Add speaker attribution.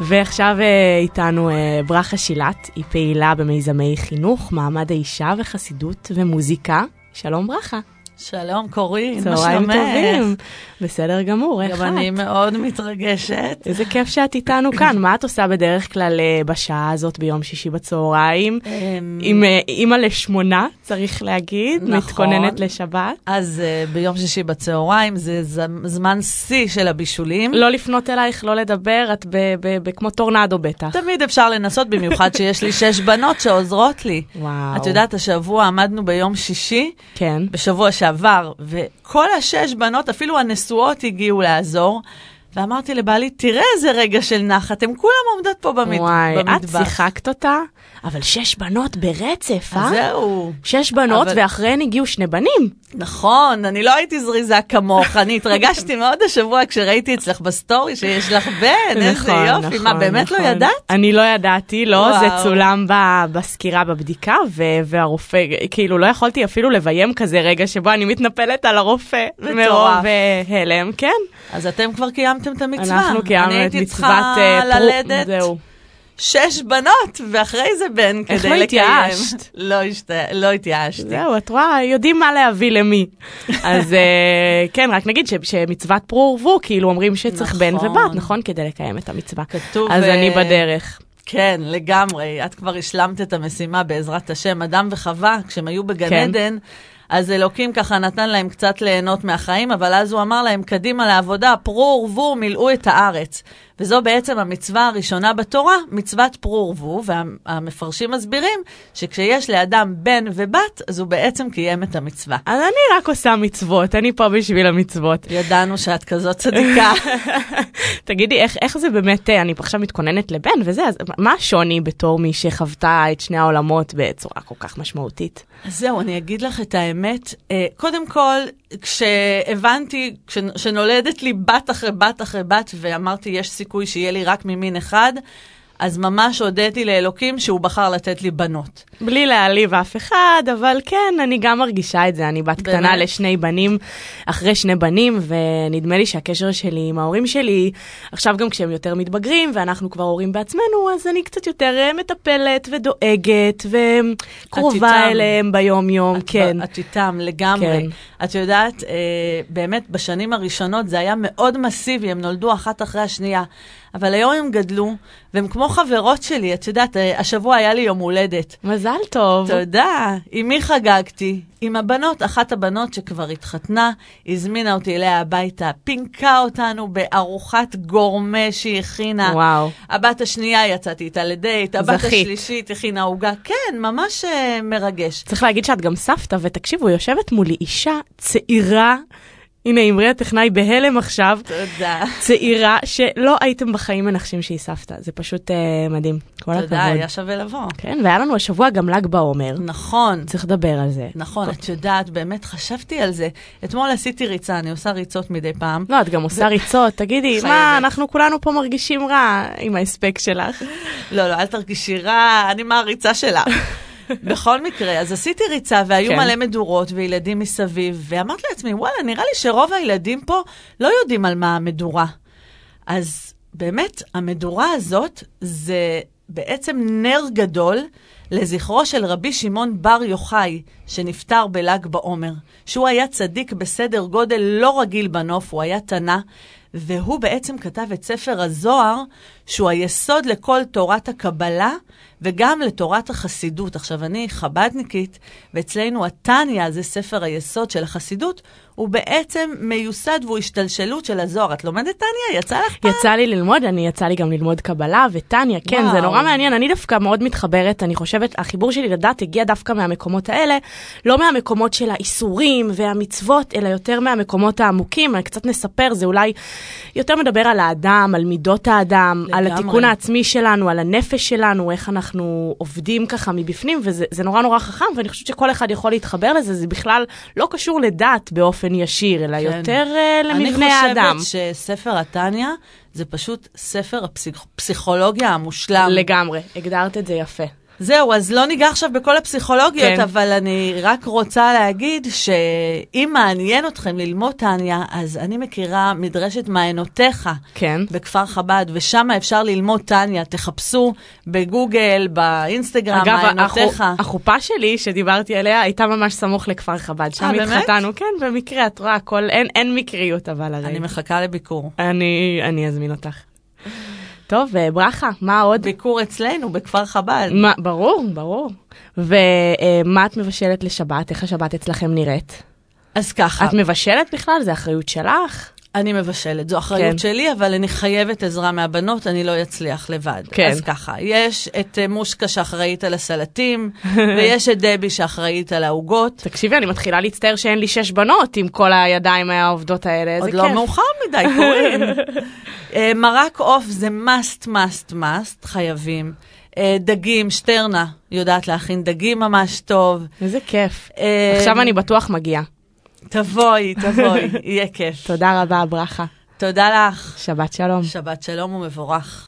Speaker 1: ועכשיו אה, איתנו אה, ברכה שילת, היא פעילה במיזמי חינוך, מעמד האישה וחסידות ומוזיקה. שלום ברכה.
Speaker 2: שלום קורין, מה
Speaker 1: צהריים
Speaker 2: שלומך?
Speaker 1: טובים. בסדר גמור, איך
Speaker 2: גם
Speaker 1: את?
Speaker 2: אני מאוד מתרגשת.
Speaker 1: איזה כיף שאת איתנו כאן, מה את עושה בדרך כלל אה, בשעה הזאת ביום שישי בצהריים?
Speaker 2: אמ,
Speaker 1: עם אה, אימא לשמונה, צריך להגיד,
Speaker 2: נכון.
Speaker 1: מתכוננת לשבת.
Speaker 2: אז אה, ביום שישי בצהריים זה ז- זמן שיא של הבישולים.
Speaker 1: לא לפנות אלייך, לא לדבר, את ב- ב- ב- כמו טורנדו בטח.
Speaker 2: תמיד אפשר לנסות, במיוחד שיש לי שש בנות שעוזרות לי.
Speaker 1: וואו.
Speaker 2: את יודעת, השבוע עמדנו ביום שישי,
Speaker 1: כן.
Speaker 2: בשבוע שעבר, וכל השש בנות, אפילו הנשואות הגיעו לעזור. ואמרתי לבעלי, תראה איזה רגע של נחת, הן כולם עומדות פה במת-
Speaker 1: וואי, את
Speaker 2: במטבח.
Speaker 1: שיחקת אותה, אבל שש בנות ברצף,
Speaker 2: אז
Speaker 1: אה?
Speaker 2: זהו.
Speaker 1: שש בנות,
Speaker 2: אבל-
Speaker 1: ואחריהן הגיעו שני בנים.
Speaker 2: נכון, אני לא הייתי זריזה כמוך, אני התרגשתי מאוד השבוע כשראיתי אצלך בסטורי שיש לך בן, איזה
Speaker 1: נכון,
Speaker 2: יופי, מה
Speaker 1: נכון,
Speaker 2: באמת לא
Speaker 1: נכון.
Speaker 2: ידעת?
Speaker 1: אני לא ידעתי, לא,
Speaker 2: וואו.
Speaker 1: זה צולם ב- בסקירה בבדיקה, ו- והרופא, כאילו לא יכולתי אפילו לביים כזה רגע שבו אני מתנפלת על הרופא
Speaker 2: מטורף.
Speaker 1: מרוב אה, הלם, כן.
Speaker 2: אז אתם כבר קיימתם את המצווה.
Speaker 1: אנחנו קיימנו את מצוות אה,
Speaker 2: אני הייתי צריכה ללדת
Speaker 1: זהו.
Speaker 2: שש בנות, ואחרי זה בן כדי לקיים.
Speaker 1: לא התייאשת?
Speaker 2: לא השת- לא התייאשתי.
Speaker 1: זהו, את רואה, יודעים מה להביא למי. אז אה, כן, רק נגיד ש- שמצוות פרו ורבו, כאילו אומרים שצריך בן
Speaker 2: נכון.
Speaker 1: ובת, נכון? כדי לקיים את המצווה.
Speaker 2: כתוב,
Speaker 1: אז
Speaker 2: אה,
Speaker 1: אני בדרך.
Speaker 2: כן, לגמרי. את כבר השלמת את המשימה בעזרת השם. אדם וחווה, כשהם היו בגן
Speaker 1: כן.
Speaker 2: עדן, אז אלוקים ככה נתן להם קצת ליהנות מהחיים, אבל אז הוא אמר להם, קדימה לעבודה, פרו ורבו, מילאו את הארץ. וזו בעצם המצווה הראשונה בתורה, מצוות פרו ורבו, והמפרשים מסבירים שכשיש לאדם בן ובת, אז הוא בעצם קיים את המצווה.
Speaker 1: אז אני רק עושה מצוות, אני פה בשביל המצוות.
Speaker 2: ידענו שאת כזאת צדיקה.
Speaker 1: תגידי, איך, איך זה באמת, אה, אני עכשיו מתכוננת לבן וזה, אז מה השוני בתור מי שחוותה את שני העולמות בצורה כל כך משמעותית?
Speaker 2: אז זהו, אני אגיד לך את האמת. אה, קודם כל, כשהבנתי, כשנולדת לי בת אחרי בת אחרי בת, ואמרתי, יש סיכוי שיהיה לי רק ממין אחד, אז ממש הודיתי לאלוקים שהוא בחר לתת לי בנות.
Speaker 1: בלי להעליב אף אחד, אבל כן, אני גם מרגישה את זה. אני בת
Speaker 2: באמת?
Speaker 1: קטנה לשני בנים, אחרי שני בנים, ונדמה לי שהקשר שלי עם ההורים שלי, עכשיו גם כשהם יותר מתבגרים, ואנחנו כבר הורים בעצמנו, אז אני קצת יותר אה, מטפלת ודואגת,
Speaker 2: איתם.
Speaker 1: וקרובה אליהם ביום-יום,
Speaker 2: את-
Speaker 1: כן.
Speaker 2: את איתם לגמרי. את יודעת, אה, באמת, בשנים הראשונות זה היה מאוד מסיבי, הם נולדו אחת אחרי השנייה. אבל היום הם גדלו, והם כמו חברות שלי. את יודעת, אה, השבוע היה לי יום הולדת.
Speaker 1: מזל טוב.
Speaker 2: תודה. עם מי חגגתי? עם הבנות, אחת הבנות שכבר התחתנה, הזמינה אותי אליה הביתה, פינקה אותנו בארוחת גורמה שהיא הכינה.
Speaker 1: וואו.
Speaker 2: הבת השנייה יצאתי איתה לדייט, הבת
Speaker 1: זכית.
Speaker 2: השלישית הכינה עוגה. כן, ממש אה, מרגש.
Speaker 1: צריך להגיד שאת גם סבתא, ותקשיבו, יושבת מולי אישה צעירה, הנה אמרי הטכנאי בהלם עכשיו,
Speaker 2: תודה.
Speaker 1: צעירה שלא הייתם בחיים מנחשים שהיא סבתא, זה פשוט אה, מדהים, כל
Speaker 2: תודה,
Speaker 1: הכבוד.
Speaker 2: היה שווה לבוא.
Speaker 1: כן, והיה לנו השבוע גם ל"ג בעומר,
Speaker 2: נכון.
Speaker 1: צריך לדבר על זה.
Speaker 2: נכון, את יודעת, באמת חשבתי על זה. אתמול עשיתי ריצה, אני עושה ריצות מדי פעם.
Speaker 1: לא, את גם עושה ריצות, תגידי, מה,
Speaker 2: חייבת.
Speaker 1: אנחנו כולנו פה מרגישים רע עם ההספק שלך.
Speaker 2: לא, לא, אל תרגישי רע, אני מעריצה שלה. בכל מקרה, אז עשיתי ריצה, והיו
Speaker 1: כן.
Speaker 2: כן. מלא מדורות וילדים מסביב, ואמרתי לעצמי, וואלה, נראה לי שרוב הילדים פה לא יודעים על מה המדורה. אז באמת, המדורה הזאת זה בעצם נר גדול לזכרו של רבי שמעון בר יוחאי, שנפטר בל"ג בעומר, שהוא היה צדיק בסדר גודל לא רגיל בנוף, הוא היה תנא, והוא בעצם כתב את ספר הזוהר, שהוא היסוד לכל תורת הקבלה וגם לתורת החסידות. עכשיו, אני חבדניקית, ואצלנו התניא, זה ספר היסוד של החסידות, הוא בעצם מיוסד והוא השתלשלות של הזוהר. את לומדת תניא? יצא לך פעם?
Speaker 1: יצא לי ללמוד, אני יצא לי גם ללמוד קבלה וטניה, כן, זה
Speaker 2: וואו.
Speaker 1: נורא מעניין, אני דווקא מאוד מתחברת, אני חושבת, החיבור שלי לדת הגיע דווקא מהמקומות האלה, לא מהמקומות של האיסורים והמצוות, אלא יותר מהמקומות העמוקים, אני קצת נספר, זה אולי יותר מדבר על האדם, על מידות האדם, על
Speaker 2: לגמרי.
Speaker 1: התיקון העצמי שלנו, על הנפש שלנו, איך אנחנו עובדים ככה מבפנים, וזה זה נורא נורא חכם, ואני חושבת שכל אחד יכול להתחבר לזה, זה בכלל לא קשור לדת באופן ישיר, אלא
Speaker 2: כן.
Speaker 1: יותר אה, למבנה האדם.
Speaker 2: אני חושבת שספר התניא זה פשוט ספר הפסיכולוגיה המושלם.
Speaker 1: לגמרי, הגדרת את זה יפה.
Speaker 2: זהו, אז לא ניגע עכשיו בכל הפסיכולוגיות,
Speaker 1: כן.
Speaker 2: כן. אבל אני רק רוצה להגיד שאם מעניין אתכם ללמוד, טניה, אז אני מכירה מדרשת מעיינותיך
Speaker 1: כן.
Speaker 2: בכפר חב"ד, ושם אפשר ללמוד טניה. תחפשו בגוגל, באינסטגרם,
Speaker 1: אגב,
Speaker 2: מעיינותיך.
Speaker 1: החו- החופה שלי שדיברתי עליה הייתה ממש סמוך לכפר חב"ד. שם
Speaker 2: אה, באמת?
Speaker 1: התחתנו, כן, במקרה, את רואה, הכל, אין, אין מקריות אבל הרי.
Speaker 2: אני מחכה לביקור.
Speaker 1: אני, אני אזמין אותך. טוב, אה, ברכה, מה עוד?
Speaker 2: ביקור אצלנו בכפר חב"ד.
Speaker 1: מה, ברור, ברור. ומה את מבשלת לשבת? איך השבת אצלכם נראית?
Speaker 2: אז ככה,
Speaker 1: את מבשלת בכלל? זה אחריות שלך?
Speaker 2: אני מבשלת, זו אחריות
Speaker 1: כן.
Speaker 2: כן. שלי, אבל אני חייבת עזרה מהבנות, אני לא אצליח לבד.
Speaker 1: כן.
Speaker 2: אז ככה, יש את אה, מושקה שאחראית על הסלטים, ויש את דבי שאחראית על העוגות.
Speaker 1: תקשיבי, אני מתחילה להצטער שאין לי שש בנות עם כל הידיים העובדות האלה, איזה
Speaker 2: עוד
Speaker 1: כיף.
Speaker 2: לא מאוחר מדי, קוראים. אה, מרק עוף זה must, must, must, חייבים. אה, דגים, שטרנה יודעת להכין דגים ממש טוב.
Speaker 1: איזה כיף.
Speaker 2: אה,
Speaker 1: עכשיו אני בטוח מגיעה.
Speaker 2: תבואי, תבואי, יהיה כיף.
Speaker 1: תודה רבה, ברכה.
Speaker 2: תודה לך.
Speaker 1: שבת שלום.
Speaker 2: שבת שלום ומבורך.